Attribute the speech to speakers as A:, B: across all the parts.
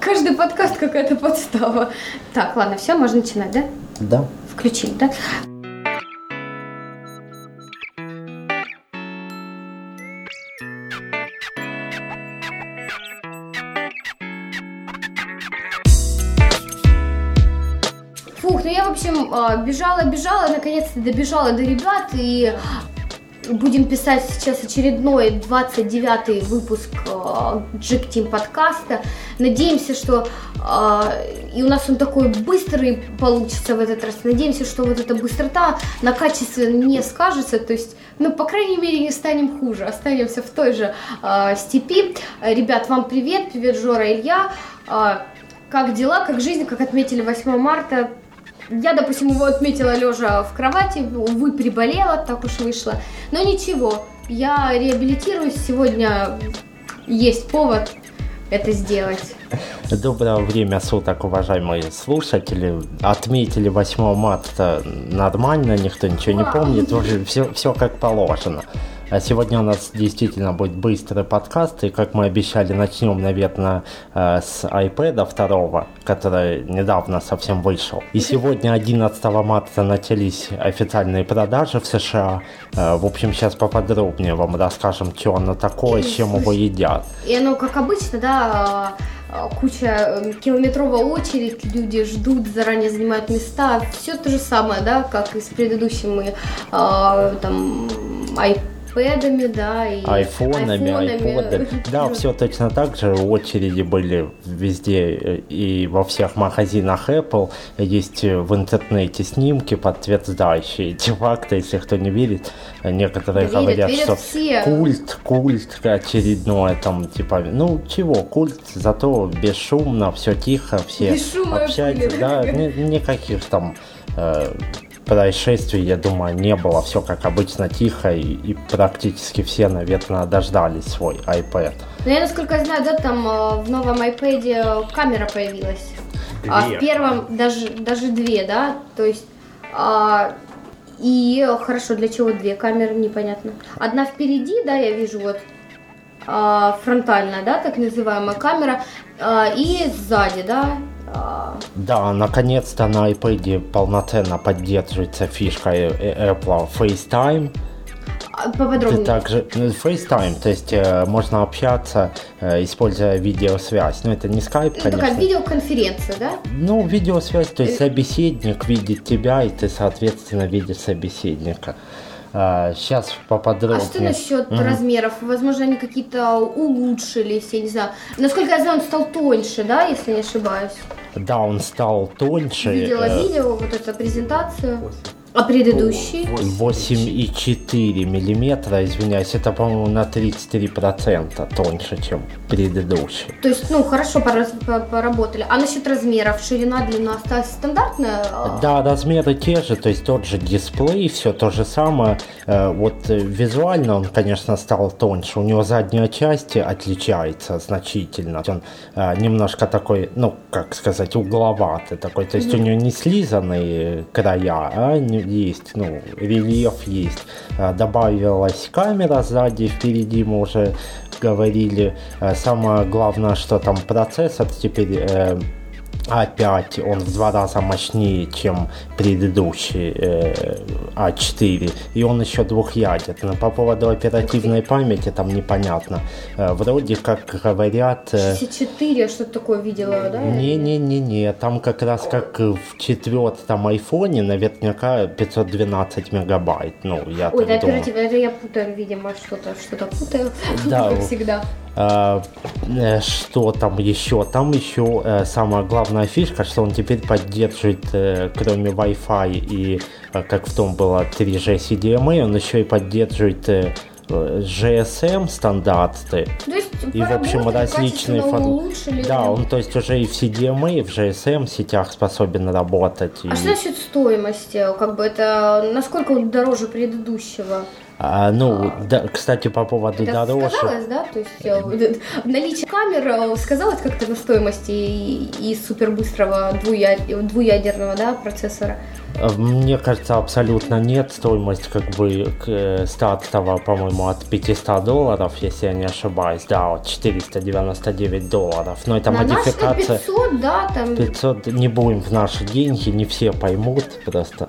A: каждый подкаст какая-то подстава. Так, ладно, все, можно начинать, да?
B: Да.
A: Включить, да? Фух, ну я, в общем, а, бежала, бежала, наконец-то добежала до ребят и будем писать сейчас очередной 29 выпуск а, Джек Тим подкаста. Надеемся, что а, и у нас он такой быстрый получится в этот раз. Надеемся, что вот эта быстрота на качестве не скажется. То есть, ну, по крайней мере, не станем хуже. Останемся в той же а, степи. Э, Ребят, вам привет. Привет, Жора, Илья. А, как дела, как жизнь, как отметили 8 марта? Я, допустим, его отметила лежа в кровати, увы, приболела, так уж вышло. Но ничего, я реабилитируюсь, сегодня есть повод это сделать.
B: Доброе время суток, уважаемые слушатели. Отметили 8 марта нормально, никто ничего не
A: Ура!
B: помнит, уже все, все как положено. А сегодня у нас действительно будет быстрый подкаст, и как мы обещали, начнем, наверное, э, с iPad 2, который недавно совсем вышел. И сегодня, 11 марта, начались официальные продажи в США. Э, В общем, сейчас поподробнее вам расскажем, что оно такое, с чем его едят.
A: И оно, как обычно, да, а, а, куча э, километровая очередь, люди ждут, заранее занимают места. Все то же самое, да, как и с предыдущими а, там айпэдами, да, и
B: айфонами, айподами. Да,
A: Да.
B: все точно так же. Очереди были везде э, и во всех магазинах Apple. Есть э, в интернете снимки, подтверждающие эти факты, если кто не верит. Э, Некоторые
A: Верят,
B: говорят,
A: верят
B: что
A: все.
B: культ, культ очередное там, типа, ну чего, культ, зато бесшумно, все тихо, все
A: Бесшумная
B: общаются,
A: пыль.
B: да, ни- никаких там э, происшествий, я думаю, не было. Все как обычно тихо, и, и практически все, наверное, дождались свой iPad.
A: Ну, я, насколько я знаю, да, там э, в новом iPad камера появилась. А в
B: Две.
A: первом даже, даже две, да? То есть... а, и э, хорошо, для чего две камеры, непонятно. Одна впереди, да, я вижу, вот а, фронтальная, да, так называемая камера, а, и сзади, да. а,
B: Да, наконец-то на iPad полноценно поддерживается фишка э, э, Apple FaceTime.
A: а,
B: Ты
A: поподробнее.
B: также ну, FaceTime, то есть э, можно общаться, э, используя видеосвязь. Но это не Skype,
A: Ну,
B: конечно.
A: такая видеоконференция, да? А
B: Ну, видеосвязь, то есть собеседник видит тебя, и ты, соответственно, видишь собеседника. Сейчас поподробнее.
A: А что насчет размеров? Возможно, они какие-то улучшились, я не знаю. Насколько я знаю, он стал тоньше, да, если не ошибаюсь.
B: Да, он стал тоньше.
A: Видела
B: э,
A: видео, вот эту презентацию. А предыдущий?
B: 8,4 миллиметра, извиняюсь, это, по-моему, на 33% тоньше, чем предыдущий.
A: То есть, ну, хорошо пораз- по- поработали. А насчет размеров? Ширина, длина осталась стандартная? А,
B: Да, размеры те же, то есть тот же дисплей, все то же самое. Э, Вот э, визуально он, конечно, стал тоньше. У него задняя часть отличается значительно. Он э, немножко такой, ну, как сказать, угловатый такой. То есть у него не слизанные края, а не- есть, ну, рельеф есть. Э, Добавилась камера сзади, впереди мы уже говорили. Э, Самое главное, что там процессор теперь э, опять он в два раза мощнее, чем предыдущий э, А4, и он еще двухъядерный. По поводу оперативной памяти там непонятно. Э, вроде как говорят... э,
A: 64, я что-то такое видела, да?
B: не-не-не-не, там как раз как в четвертом айфоне наверняка 512 мегабайт. Ну, я
A: Ой,
B: так
A: да,
B: думаю.
A: оперативно, это я путаю, видимо, что-то, что-то путаю,
B: Да,
A: как
B: вот.
A: всегда.
B: А, э, Что там еще? Там еще э, самая главная фишка, что он теперь поддерживает, э, кроме Wi-Fi и, э, как в том было, 3G CDMA, он еще и поддерживает э, э, GSM стандарты.
A: То есть,
B: И, в общем,
A: поработали,
B: различные
A: качественно
B: фон-
A: улучшили.
B: Да, он, то есть, уже и в CDMA, и в GSM сетях способен работать. и-
A: А что насчет стоимости? Как бы это насколько он дороже предыдущего?
B: А, ну, да, кстати, по поводу
A: Это
B: дорожек.
A: сказалось, да? То есть э, наличие камер э, сказалось как-то на стоимости и, и супербыстрого двуя- двуядерного да, процессора?
B: Э, Мне кажется, абсолютно нет. Стоимость как бы к- э, стартовая, по-моему, от 500 долларов, если я не ошибаюсь. Да, вот 499 долларов. Но это
A: на наш это
B: модификация.
A: 500, да, там,
B: 500 не будем в наши деньги, не все поймут просто.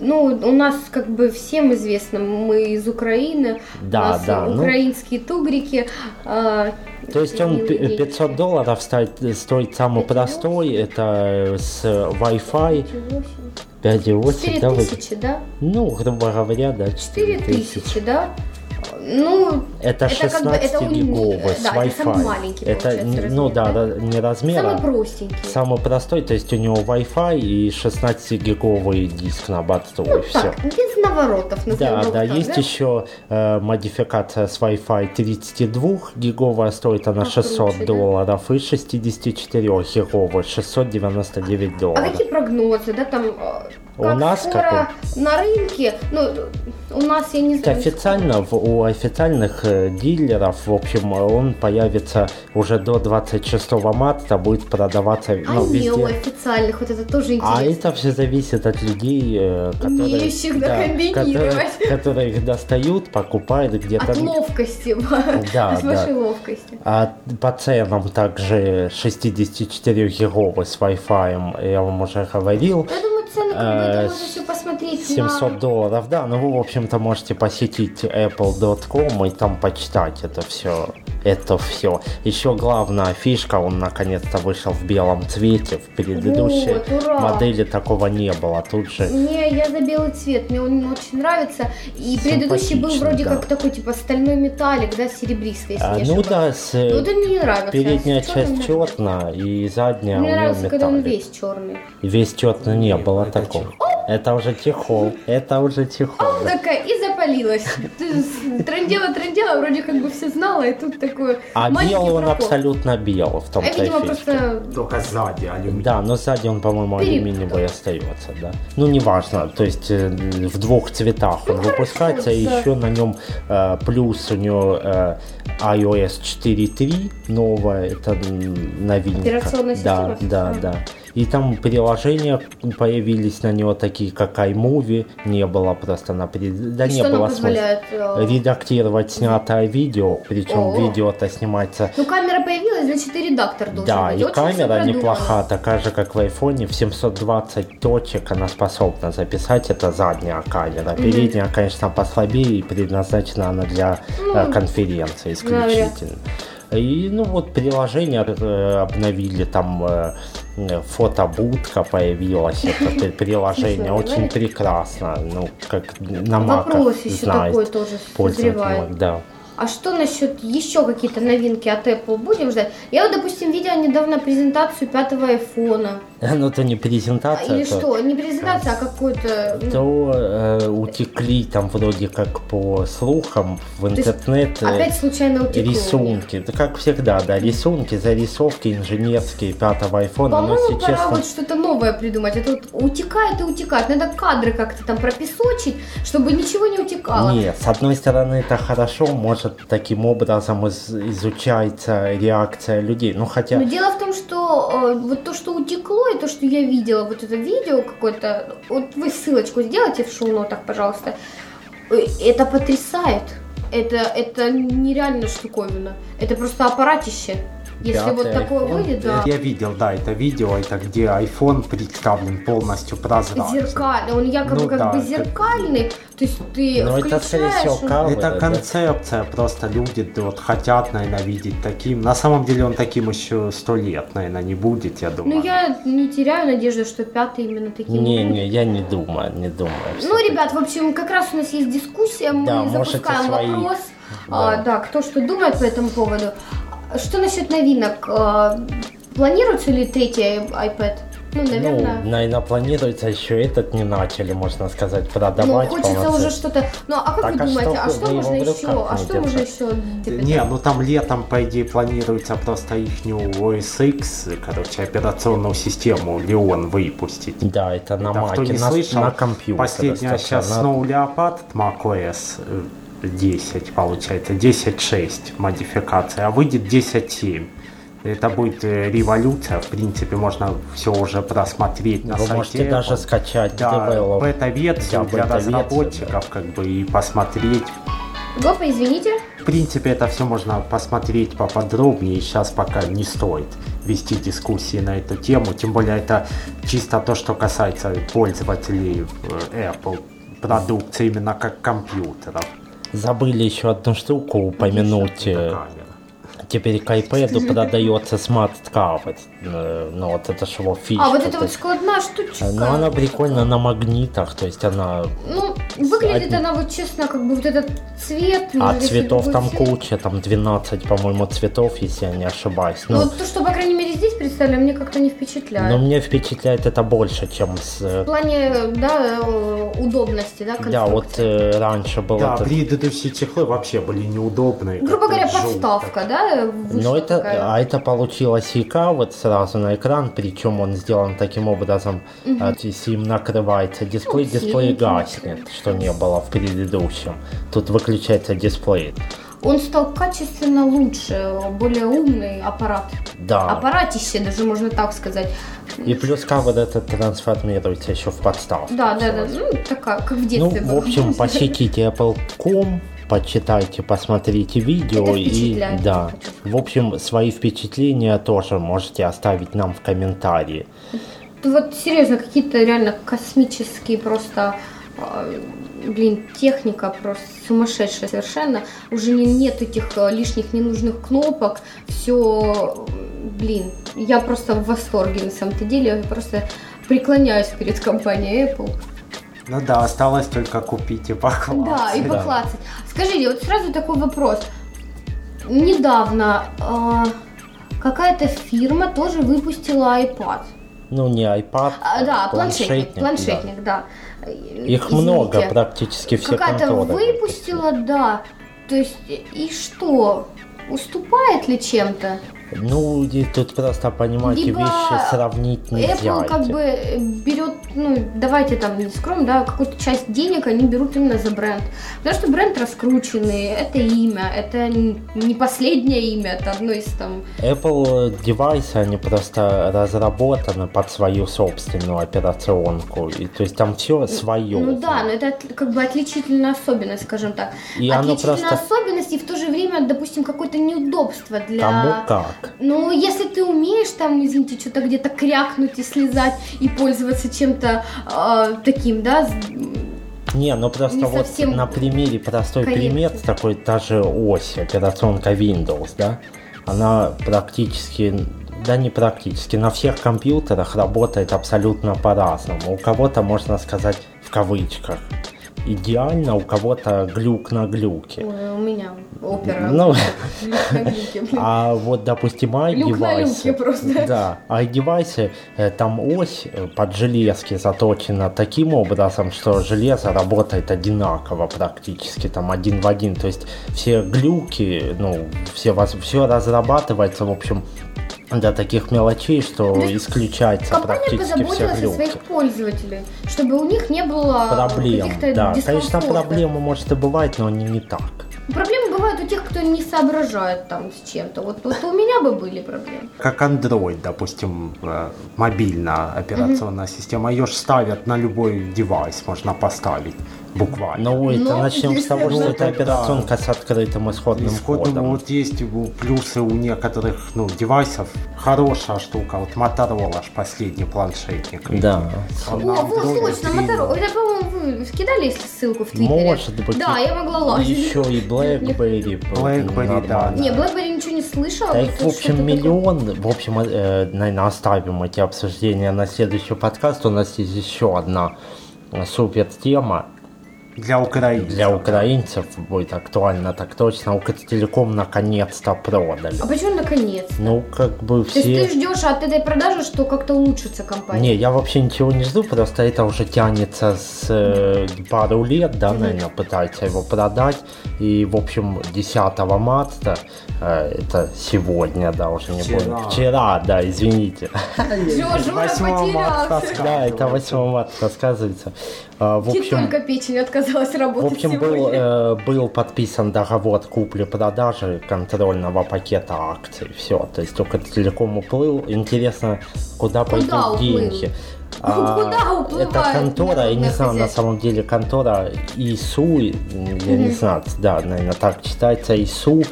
A: ну, у нас как бы всем известно, мы из Украины, у
B: Да,
A: нас
B: да. Ну,
A: украинские тугрики. э,
B: То есть он
A: милые
B: пи-
A: деньги.
B: 500 долларов стоит, стоит
A: Пять и
B: самый
A: восемь.
B: простой, это э, с Wi-Fi
A: Ничего себе.
B: 5,8, да, вот.
A: 4000, да?
B: ну, грубо говоря, да, 4000.
A: 4000, да? Ну,
B: Это
A: Это как бы- это
B: 16
A: уни-
B: гиговый
A: э,
B: с
A: да, это самый
B: Wi-Fi.
A: маленький,
B: Это,
A: получается,
B: не- ну
A: размер,
B: да,
A: да?
B: да, не размера,
A: самый простенький.
B: самый простой, то есть у него Wi-Fi и 16 гиговый диск на борту и
A: Ну
B: все.
A: так, ну, без наворотов, назовем
B: Да,
A: его
B: да,
A: так,
B: есть еще э, модификация с Wi-Fi 32 гиговая, стоит
A: А,
B: она
A: круче,
B: 600
A: да?
B: долларов, и 64 гиговая 699
A: А
B: долларов.
A: какие прогнозы, да, там, э,
B: У
A: как
B: нас
A: скоро на рынке, ну, у нас, я не
B: Это
A: знаю,
B: официально в- у официальных э, дилеров, в общем, он появится уже до 26 марта, будет продаваться
A: а
B: ну,
A: не у
B: везде.
A: официальных, вот это тоже
B: А
A: интересно.
B: это все зависит от людей, э, которые,
A: Умеющих, да,
B: которые,
A: комбинировать.
B: которые их достают, покупают где-то.
A: От ловкости,
B: да.
A: от вашей ловкости.
B: А по ценам также 64 гиговый с Wi-Fi, я вам уже говорил.
A: Я думаю, цены как
B: Э,
A: бы можно еще посмотреть
B: 700
A: на...
B: долларов, да, но вы, в общем-то, можете посетить apple.com и там почитать это все. Это все. Еще главная фишка, он наконец-то вышел в белом цвете. В предыдущей
A: Вот, ура!
B: модели такого не было. Тут же
A: Не, я за белый цвет, мне он очень нравится. И предыдущий был
B: Симпатично,
A: вроде
B: да.
A: как такой, типа, стальной металлик, да, серебристый, если
B: а,
A: не
B: ну
A: ошибаюсь.
B: да, с, э,
A: Ну, вот он мне не нравится.
B: передняя
A: С чёрным
B: часть
A: мне-
B: четная и задняя
A: Мне
B: у нее
A: нравится, когда он
B: металлик.
A: весь черный.
B: Весь четно не было такого. Это уже чехол. Это уже
A: А,
B: чехол.
A: Такая и запалилась. Ты с- Трындела, трындела, вроде как бы все знала, и тут такое.
B: А
A: маленький
B: белый он
A: прокол.
B: абсолютно белый в том-то
A: А, видимо,
B: и фишка.
A: просто
C: Только сзади а алюминий.
B: Да, но сзади он, по-моему,
A: Перед-
B: алюминиевый остается, да. Ну, неважно, то есть э, в двух цветах он выпускается, и
A: Ну, да.
B: еще на нем э, плюс у него э, iOS 4.3 новая, это м, новинка.
A: Операционная система?
B: Да, да,
A: А.
B: да. И там приложения появились на него такие, как iMovie, не было просто на пред... Да
A: и
B: не
A: что
B: было
A: нам
B: смысла.
A: позволяет. э,
B: редактировать снятое видео, причем
A: О.
B: видео-то снимается
A: Ну, камера появилась, значит, и редактор должен
B: да,
A: быть.
B: и
A: Очень всё
B: камера
A: продумано.
B: неплоха, такая же, как в айфоне, в 720 точек она способна записать, это задняя камера. Передняя, конечно, послабее, и предназначена она для
A: Ну,
B: э, конференции исключительно. И, ну, вот приложение э, обновили, там э, э, фотобудка появилась, это при- приложение,
A: Смешно,
B: очень
A: говорит.
B: прекрасно, ну, как на маках
A: Вопрос еще такой
B: знает
A: тоже созревает.
B: пользователь, да.
A: А что насчет еще какие-то новинки от Apple будем ждать? Я вот, допустим, видела недавно презентацию пятого айфона.
B: Ну, это не
A: А,
B: презентация,
A: Или
B: это-
A: что? Не презентация, а какой-то... ну,
B: то э, утекли там вроде как по слухам в
A: есть
B: интернет э,
A: Опять случайно утекло.
B: рисунки. Да как всегда, да, рисунки, зарисовки инженерские пятого айфона, но
A: По-моему,
B: если
A: пора
B: честно...
A: вот что-то новое придумать. А то вот утекает и утекает. Надо кадры как-то там пропесочить, чтобы ничего не утекало.
B: Нет, с одной стороны это хорошо, может таким образом из- изучается реакция людей. Ну хотя
A: Но дело в том, что э, вот то, что утекло, и то, что я видела, вот это видео какое-то, вот вы ссылочку сделайте в шоу-нотах, пожалуйста. Э, Это потрясает. Это, это нереальная штуковина. Это просто аппаратище. Если
B: пятый
A: вот такое
B: iPhone,
A: выйдет, да.
C: Я видел, да, это видео, это где iPhone представлен полностью прозрачно.
A: Зеркальный, он якобы
C: Ну
A: как
C: да,
A: бы
C: это-
A: зеркальный, то есть ты
B: Ну, это,
A: включаешь,
B: скорее всего,
A: он-
B: кадр.
C: Это
B: Да.
C: концепция, просто люди да, вот хотят, наверное, видеть таким. На самом деле он таким еще сто лет, наверное, не будет, я думаю.
A: Ну я не теряю надежды, что пятый именно таким
B: не,
A: будет.
B: не, я не думаю, не думаю.
A: Ну,
B: всё-таки.
A: ребят, в общем, как раз у нас есть дискуссия, мы
B: Да, можете
A: запускаем
B: свои.
A: вопрос.
B: Да.
A: А, да, кто что думает по этому поводу. Что насчет новинок? А, Планируется ли третий iPad? Ну, наверное.
B: Ну, наверное, планируется еще этот не начали, можно сказать,
A: Ну,
B: продавать.
A: хочется
B: полноценно.
A: уже что-то. Ну, а как
B: Так,
A: вы
B: а
A: думаете,
B: что
A: а что
B: вы
A: можно
B: его в
A: еще?
B: руках
A: А что
B: не
A: можно
B: держите?
A: еще? типа,
C: Не, ну там летом, по идее, планируется просто их OS X, короче, операционную систему Леон выпустить.
B: Да, это на
C: Да, кто
B: маке,
C: не
B: на,
C: А слышал,
B: на компьютере.
C: последняя сейчас
B: стационар-
C: Snow Leopard macOS э, 10, получается, 10.6 модификация, а выйдет 10.7. Это будет э, революция, в принципе, можно все уже просмотреть на
B: Вы
C: сайте.
B: можете даже
C: Apple.
B: скачать
C: да,
B: девелоп.
C: бета-версию
B: Да,
C: для
B: бета-версию,
C: разработчиков, как бы, и посмотреть.
A: Гопа, извините.
C: В принципе, это все можно посмотреть поподробнее, сейчас пока не стоит вести дискуссии на эту тему, тем более это чисто то, что касается пользователей э, Apple продукции именно как компьютеров.
B: Забыли еще одну штуку упомянуть. э,
C: Камера.
B: Теперь к iPad продается Smart Cover. Э, Ну вот это ж его фишка.
A: А, вот это
B: то
A: вот
B: есть.
A: складная штучка.
B: Ну она прикольно на магнитах, то есть она...
A: Ну, выглядит
B: Одни-
A: она вот честно, как бы вот этот цвет.
B: А
A: может, если
B: цветов
A: любой
B: там
A: цвет.
B: куча, там 12, по-моему, цветов, если я не ошибаюсь.
A: Ну,
B: Ну,
A: вот то, что, по крайней мере, здесь представили, мне как-то не впечатляет.
B: но мне впечатляет это больше, чем с... э,
A: В плане, да, э, удобности, да,
B: Да, вот
A: конструкции.
B: э, раньше было...
C: Да,
B: этот-
C: предыдущие чехлы вообще были
B: э,
C: неудобные.
A: Грубо
C: как-то
A: говоря,
C: жёлто.
A: подставка, да, вышла
B: Но это,
A: такая.
B: а это получилась яка вот сразу на экран, причем он сделан таким образом, а, то есть им накрывается дисплей,
A: Ну,
B: дисплей
A: серенький
B: гаснет, что не было в предыдущем. Тут выключается дисплей.
A: Он стал качественно лучше, более умный аппарат.
B: Да.
A: А Аппаратище, даже можно так сказать.
B: И плюс кавер этот трансформируется еще в подставку.
A: Да, да, да, ну, такая, как в
B: Ну,
A: детстве
B: в
A: было.
B: общем, посетите Apple.com, почитайте, посмотрите видео
A: Это
B: и
A: впечатляет,
B: да.
A: я хочу
B: В общем, свои впечатления тоже можете оставить нам в комментарии.
A: Ну, Вот серьезно, какие-то реально космические просто, э, блин, техника просто сумасшедшая совершенно. Уже не, нет этих э, лишних ненужных кнопок. Все, блин, я просто в восторге на самом-то деле. Я просто преклоняюсь перед компанией Apple.
C: Ну да, осталось только купить и покласть.
A: Да, и
B: да.
A: поклацать. Скажите, вот сразу такой вопрос. Недавно а, какая-то фирма тоже выпустила iPad.
B: Ну, не iPad,
A: А, да,
B: а
A: планшетник.
B: да.
A: Планшетник, да.
B: Их
A: Извините.
B: много, практически все
A: Какая-то
B: конторы.
A: выпустила, да. То есть, и что? Уступает ли чем-то?
B: Ну, и тут просто, понимаете,
A: Либо
B: вещи сравнить нельзя.
A: Apple как
B: эти.
A: бы э, берет, ну, давайте там не скром, да, какую-то часть денег они берут именно за бренд. Потому что бренд раскрученный, это имя, это н- не последнее имя, это одно из там...
B: Apple э, девайсы, они просто разработаны под свою собственную операционку. И, то есть там все свое.
A: Ну да, но это от- как бы отличительная особенность, скажем так.
B: И оно
A: отличительная
B: просто-
A: особенность и в то же время, допустим, какое-то неудобство для...
B: Кому как.
A: Ну, если ты умеешь там, извините, что-то где-то крякнуть и слезать, и пользоваться чем-то э, таким, да, с- м,
B: Не, ну просто
A: Не
B: вот
A: совсем
B: на примере, простой
A: корректно.
B: пример, такой та же ось, операционка Windows, да, она практически, да не практически, на всех компьютерах работает абсолютно по-разному. У кого-то, можно сказать, в кавычках, идеально, у кого-то глюк на глюке.
A: Ой, у меня опера.
B: Ну,
A: Люк
B: а вот, допустим,
A: Люк на люке
B: девайсы
A: просто.
B: Да, а девайсы, э, там ось э, под железки заточена таким образом, что железо работает одинаково практически, там один в один. То есть все глюки, ну, все, все разрабатывается, в общем, до таких мелочей, что
A: То есть
B: исключается
A: Компания
B: практически все
A: позаботилась о
B: глюки.
A: своих пользователей, чтобы у них не было
B: Проблем,
A: каких-то
B: да. Конечно,
A: дискомфортов.
B: проблемы, может, и бывают, но они не так.
A: Проблемы бывают у тех, кто не соображает там с чем-то. Вот, вот у меня бы были проблемы.
C: Как Android, допустим, э, мобильная операционная система, ее же ставят на любой девайс, можно поставить буквально.
B: Ну, это
A: Ну,
B: начнем с того,
A: если бы-
B: что это операционка с открытым исходным
C: Исходным
B: кодом.
C: вот есть у- плюсы у некоторых ну, девайсов. Хорошая штука. Вот Motorola ж последний планшетник.
B: Да.
C: Он на
A: О, вот
C: Android
A: точно,
C: три.
A: Motorola. Это, по-моему, вы скидали, если ссылку в Твиттере.
B: Может быть.
A: Да,
B: и-
A: я могла лазить.
B: Еще и BlackBerry.
C: BlackBerry,
B: нормально.
C: да.
A: Не, Блэкбери ничего не слышала.
B: Да
A: вот
B: их,
A: тут
B: в
A: что-то
B: общем,
A: такое.
B: миллион. В общем, наверное, оставим эти обсуждения на следующий подкаст. У нас есть еще одна супер тема.
C: Для Украины.
B: э, Для украинцев будет актуально так точно. Укртелеком наконец-то продали.
A: А почему наконец?
B: Ну, как бы
A: То есть
B: все...
A: ты ждешь от этой продажи, что как-то улучшится компания?
B: Не, я вообще ничего не жду, просто это уже тянется с э, пару лет, да, наверное, пытаются его продать. И, в общем, 10 марта, э, это сегодня, да, уже не
C: Вчера.
B: будет. Вчера, да, извините.
A: Всё, Жора
C: 8 марта
A: потерялся.
B: Да, это 8 марта сказывается. А, В
A: Ты
B: общем,
A: только печень отказалась
B: в
A: работать
B: общем
A: сегодня.
B: был, э, был подписан договор купли-продажи контрольного пакета акций. Все, то есть только телеком уплыл. Интересно, куда, пойдут
A: уплыл? Ну,
B: деньги? А,
A: Куда уплывает
B: это контора, я не
A: народное
B: знаю, на
A: хозяйство?
B: самом деле контора ИСУ, я не знаю, да, наверное, так читается ИСУ.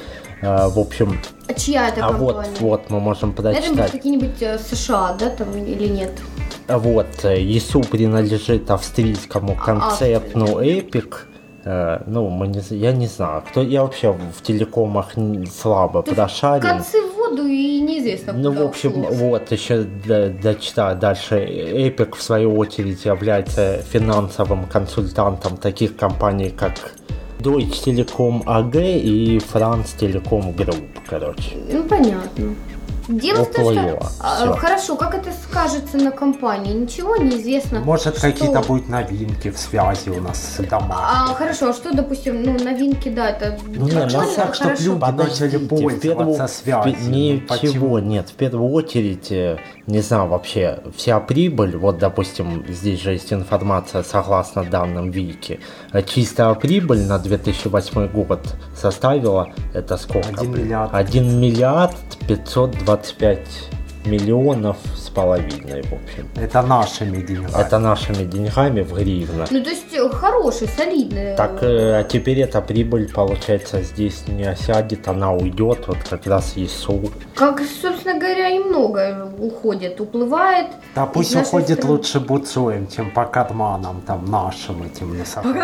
B: Э, в общем,
A: А чья это
B: а вот,
A: компания?
B: вот мы можем
A: Наверное, будут
B: прочитать.
A: какие-нибудь э, США, да, там или нет?
B: Вот, э, ИСУ принадлежит австрийскому
A: А,
B: концерну Эпик. Э, Ну, мы не, з- я не знаю, кто я вообще в телекомах н- слабо
A: Ты в
B: прошарен.
A: Концы в воду и неизвестно
B: Ну, в
A: куда
B: общем,
A: уплыл.
B: вот, еще д- дочитаю дальше. Эпик, в свою очередь, является финансовым консультантом таких компаний, как Deutsche Telekom AG и France Telecom Group, короче.
A: Ну, понятно. Дело в том,
B: Уплыло.
A: что... А,
B: Всё.
A: Хорошо, как это скажется на компании? Ничего неизвестно.
C: Может,
A: Что-
C: какие-то будут новинки в связи у нас с домами.
A: А, хорошо, а что, допустим, ну, новинки, да, это...
B: Не,
A: Ну,
B: на
A: ладно,
B: самом-
C: чтоб
A: хорошо.
C: люди-
B: Подождите,
C: начали пользоваться
B: в первую-
C: связью.
B: в пе- Ничего,
C: Почему?
B: нет. В первую очередь, э, не знаю, вообще вся прибыль, вот, допустим, здесь же есть информация, согласно данным Вики, э, чистая прибыль на 2008 год составила, это сколько?
C: Один
B: блин?
C: миллиард.
B: 1 миллиард 525 миллионов с половиной, в общем.
C: Это нашими деньгами.
B: Это нашими деньгами в гривнах.
A: Ну, то есть, э, хороший, солидный.
B: Так, э, а теперь эта прибыль, получается, здесь не осядет, она уйдет, вот как раз ИСУ.
A: Как, собственно говоря, и много уходит, уплывает.
C: Да пусть
A: из нашей
C: уходит
A: страны.
C: лучше Буцуем, чем по карманам там нашим этим
A: По
C: носовым.
B: Так,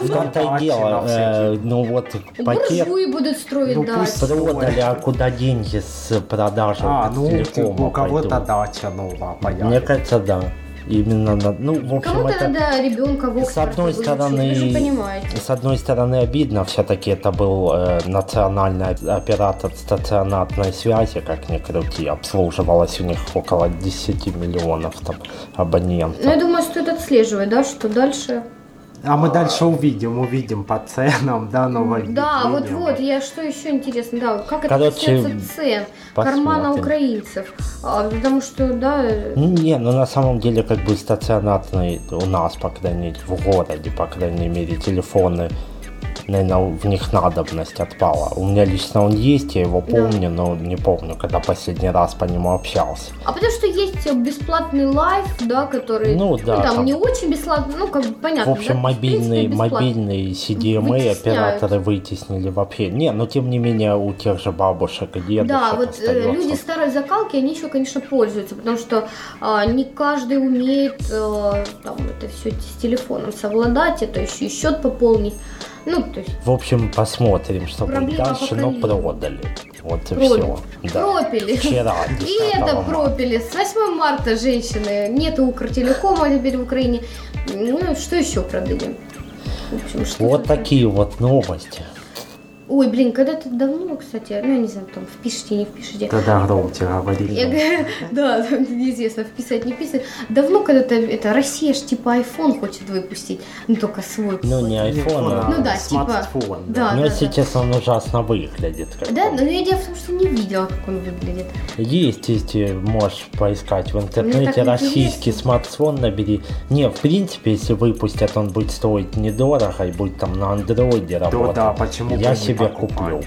A: карману.
B: в том-то и
C: давайте
B: дело,
C: А на всякий.
B: э, ну вот пакет
A: Буржуи будут строить
C: Ну,
A: дачи.
C: пусть-
B: продали, а куда деньги с продажи
C: А,
B: от
C: ну
B: телекома
C: у кого-то
B: пойдут?
C: дача новая
B: Мне
C: появится.
B: кажется, да. Именно, на- ну, в общем,
A: Кому-то
B: это...
A: надо ребенка в
B: С
A: Оксфорд
B: одной
A: вылечить,
B: стороны,
A: Вы же понимаете.
B: с одной стороны обидно, все-таки это был э, национальный оператор стационарной связи, как ни крути, обслуживалось у них около 10 миллионов там абонентов.
A: Ну, я думаю, стоит отслеживать, да, что дальше.
C: А мы дальше увидим, увидим по ценам, да, нововведения.
A: Да, вот-вот, я что еще интересно, да, как
B: Короче,
A: это касается цен,
B: посмотрим.
A: кармана украинцев, А, потому что, да,
B: Не, ну на самом деле как бы стационарный у нас, по крайней мере, в городе, по крайней мере, телефоны, наверное, в них надобность отпала. У меня лично он есть, я его помню, но не помню, когда последний раз по нему общался.
A: а потому что есть бесплатный лайф, да, который,
B: Ну, да,
A: там,
B: там.
A: не очень бесплатный, ну, как бы
B: В
A: понятно,
B: общем,
A: да, в принципе,
B: мобильные,
A: бесплатно.
B: мобильные CDMA
A: Вытесняют.
B: эм операторы вытеснили вообще. Не, но тем не менее у тех же бабушек и дедушек
A: Да, вот э,
B: остается.
A: люди старой закалки, они еще, конечно, пользуются, потому что а, не каждый умеет э, там, это все с телефоном совладать, это еще и счет пополнить. Ну, то есть
B: В общем, посмотрим, что будет
A: Проблема
B: дальше, но
A: поколения.
B: продали. Вот и
A: Продали.
B: все. Да.
A: пропили.
B: Вчера.
A: И
B: 10
A: это
B: марта.
A: пропили. С 8 марта женщины. Нет Укртелекома теперь в Украине. Ну, что еще продали? В общем, что
B: Вот
A: за-
B: такие вот новости.
A: Ой, блин, когда-то давно, кстати, ну, я не знаю, там, впишите, не впишите.
C: Тогда громче
A: Я
C: говорили.
A: говорю, Да, там неизвестно, вписать, не писать. Давно когда-то, это, Россия ж типа iPhone хочет выпустить, ну, только свой.
B: Ну, не ну,
A: какой-то.
B: iPhone, а-
A: Ну да,
C: э, смартфон.
A: типа, да.
B: Но сейчас он ужасно выглядит. как
A: Да, ну.
B: бы.
A: но я дело в том, что не видела, как он выглядит.
B: Есть, есть, э, можешь поискать в
A: Мне
B: интернете
A: так
B: российский
A: интересно.
B: смартфон набери. Не, в принципе, если выпустят, он будет стоить недорого и будет там на андроиде
C: Да,
B: работать.
C: да, почему бы
B: Я
C: не
B: себе
C: покупать?
B: куплю.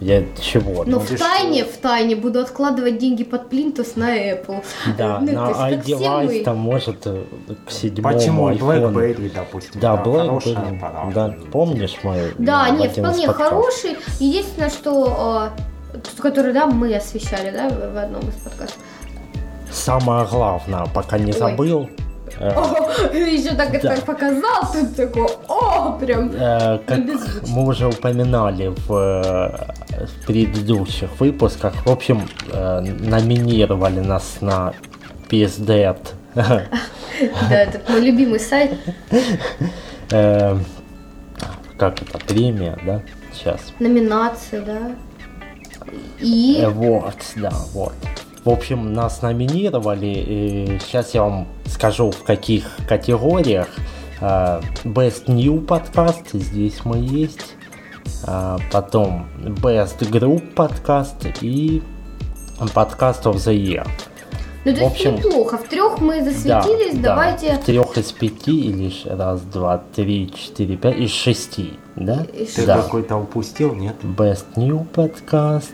B: Я чего?
A: Но
B: ну,
A: в
C: ты
A: тайне, в тайне буду откладывать деньги под плинтус на Apple.
B: да,
A: Ну,
B: на
A: то есть, как все
B: iDevice
A: мы.
B: там может э, к седьмому
C: Почему
B: iPhone.
C: BlackBerry, допустим,
B: Да,
C: хороший
B: BlackBerry.
C: аппарат.
B: Да, помнишь мы?
A: Да,
B: на- в
A: нет,
B: один из
A: вполне
B: подкастов?
A: хороший. Единственное, что э, тот, который, да, мы освещали, да, в в одном из подкастов.
B: Самое главное, пока
A: Ой.
B: не забыл, э,
A: Еще так это
B: Да.
A: показал, тут такой, о, прям.
B: Э, как
A: Ну, беззвучно.
B: мы уже упоминали в, э, в предыдущих выпусках, в общем, э, номинировали нас на PSDET.
A: Да, это мой любимый сайт.
B: Э, как это, премия, да, сейчас.
A: Номинации, да. И
B: Awards, да, Э, вот. В общем, нас номинировали, и сейчас я вам скажу, в каких категориях. Э, Best New подкаст, здесь мы есть. Э, Потом Best Group подкаст и подкаст of the Year.
A: Ну, то
B: В
A: есть
B: общем,
A: неплохо. В трех мы засветились.
B: да,
A: Давайте.
B: В трех из пяти или ш- раз, два, три, четыре, пять, из шести, да?
A: Из
C: Ты
A: шести.
B: да.
C: какой-то упустил, нет?
B: Best New подкаст.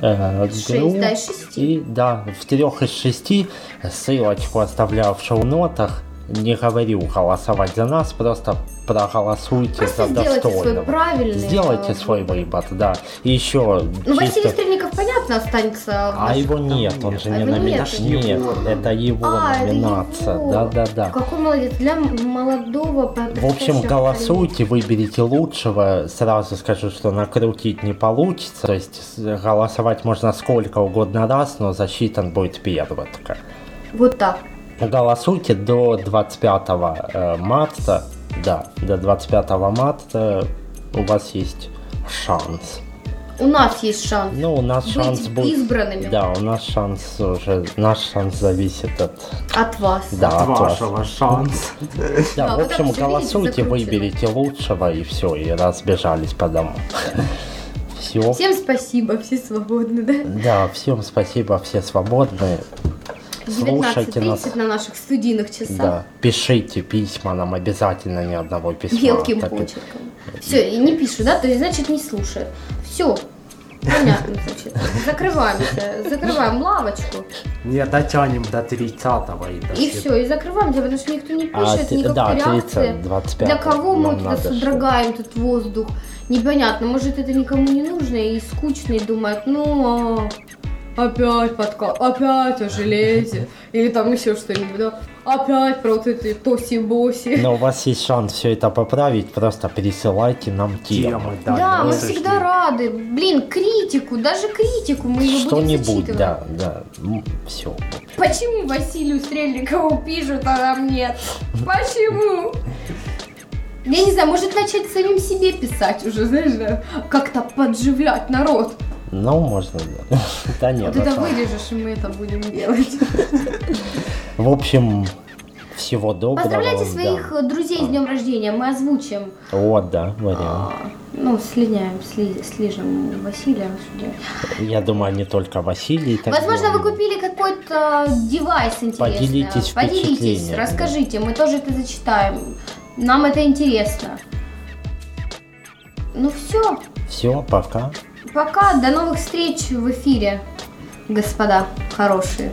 B: э,
A: Шесть,
B: Group
A: да, из шести.
B: и да, в трех из шести ссылочку оставляю в шоу-нотах. Не говорю голосовать за нас, просто проголосуйте
A: Просто
B: за
A: сделайте свой
B: достойного.
A: правильный,
B: Сделайте
A: э,
B: свой выбор, да. И еще
A: Ну,
B: чисто-
A: Василий Стрельников, понятно, останется. в
B: А
A: нашем-
B: его
C: Там
B: нет, он
C: нет.
B: же
A: А
B: не
A: его
B: номинирован.
A: нет.
B: Нет, это его
A: А, это
B: номинация.
A: его.
B: Да, да, да.
A: Какой молодец. Для молодого
B: В общем, голосуйте, выберите лучшего. Сразу скажу, что накрутить не получится. То есть с- голосовать можно сколько угодно раз, но засчитан будет первый. только.
A: Вот так.
B: Голосуйте до 25 э, марта. Да, до 25 марта у вас есть шанс.
A: У нас есть шанс.
B: Ну, у нас
A: Быть
B: шанс будет...
A: избранными.
B: Да, у нас шанс уже... Наш шанс зависит от
A: От вас.
B: Да,
C: От
B: от вас.
C: вашего шанса.
B: Да,
A: Да,
B: в
A: вот так
B: общем,
A: всё, видите,
B: голосуйте,
A: закрутили.
B: выберите лучшего и все, и разбежались по дому. Все.
A: Всем спасибо, все свободны, да?
B: Да, всем спасибо, все свободны. Слушайте нас.
A: 19.30 на наших студийных часах.
B: Да, пишите письма нам обязательно ни одного письма.
A: Мелким
B: Так и-
A: почерком. Все, и не пишу, да? То есть, значит, не слушаю. Все. Понятно, значит. Закрываемся. Закрываем лавочку.
C: Не дотянем до 30-го. и до
A: И
C: сих-
A: все, и закрываемся, потому что никто не
B: А,
A: пишет,
B: ты-
A: никакой
B: да,
A: реакции.
B: 30, 25.
A: Для кого мы
B: нам
A: тут
B: надо, что-
A: содрогаем тут воздух? Непонятно, может это никому не нужно и скучно, и думают, ну, а, опять подка, опять о железе, или там еще что-нибудь, да? Опять про вот эти тоси-боси.
B: Но у вас есть шанс все это поправить, просто присылайте нам темы.
C: Темы, да.
A: Да, мы
C: рассуждения.
A: всегда рады. Блин, критику, даже критику мы ее будем
B: Что-нибудь,
A: зачитывать.
B: да, да. Все.
A: Почему Василию Стрельникову пишут, а нам нет? Почему? Я не знаю, может начать самим себе писать уже, знаешь, да, как-то подживлять народ.
B: Ну, можно, да. Да нет.
A: Вот это
B: на самом-
A: вырежешь, и мы это будем делать.
B: В общем, всего доброго.
A: Поздравляйте
B: вам, да.
A: своих э, друзей с днем рождения, мы озвучим.
B: Вот, да, вариант.
A: А, Ну, слиняем, сли- слижем Василия. что делать.
B: Я думаю, не только Василий. так
A: Возможно, вы
B: делает.
A: купили какой-то э, девайс интересный.
B: Поделитесь
A: Поделитесь,
B: впечатлениями, да.
A: расскажите, мы тоже это зачитаем. Нам это интересно. Ну все,
B: Все, пока.
A: пока, до новых встреч в эфире, господа хорошие.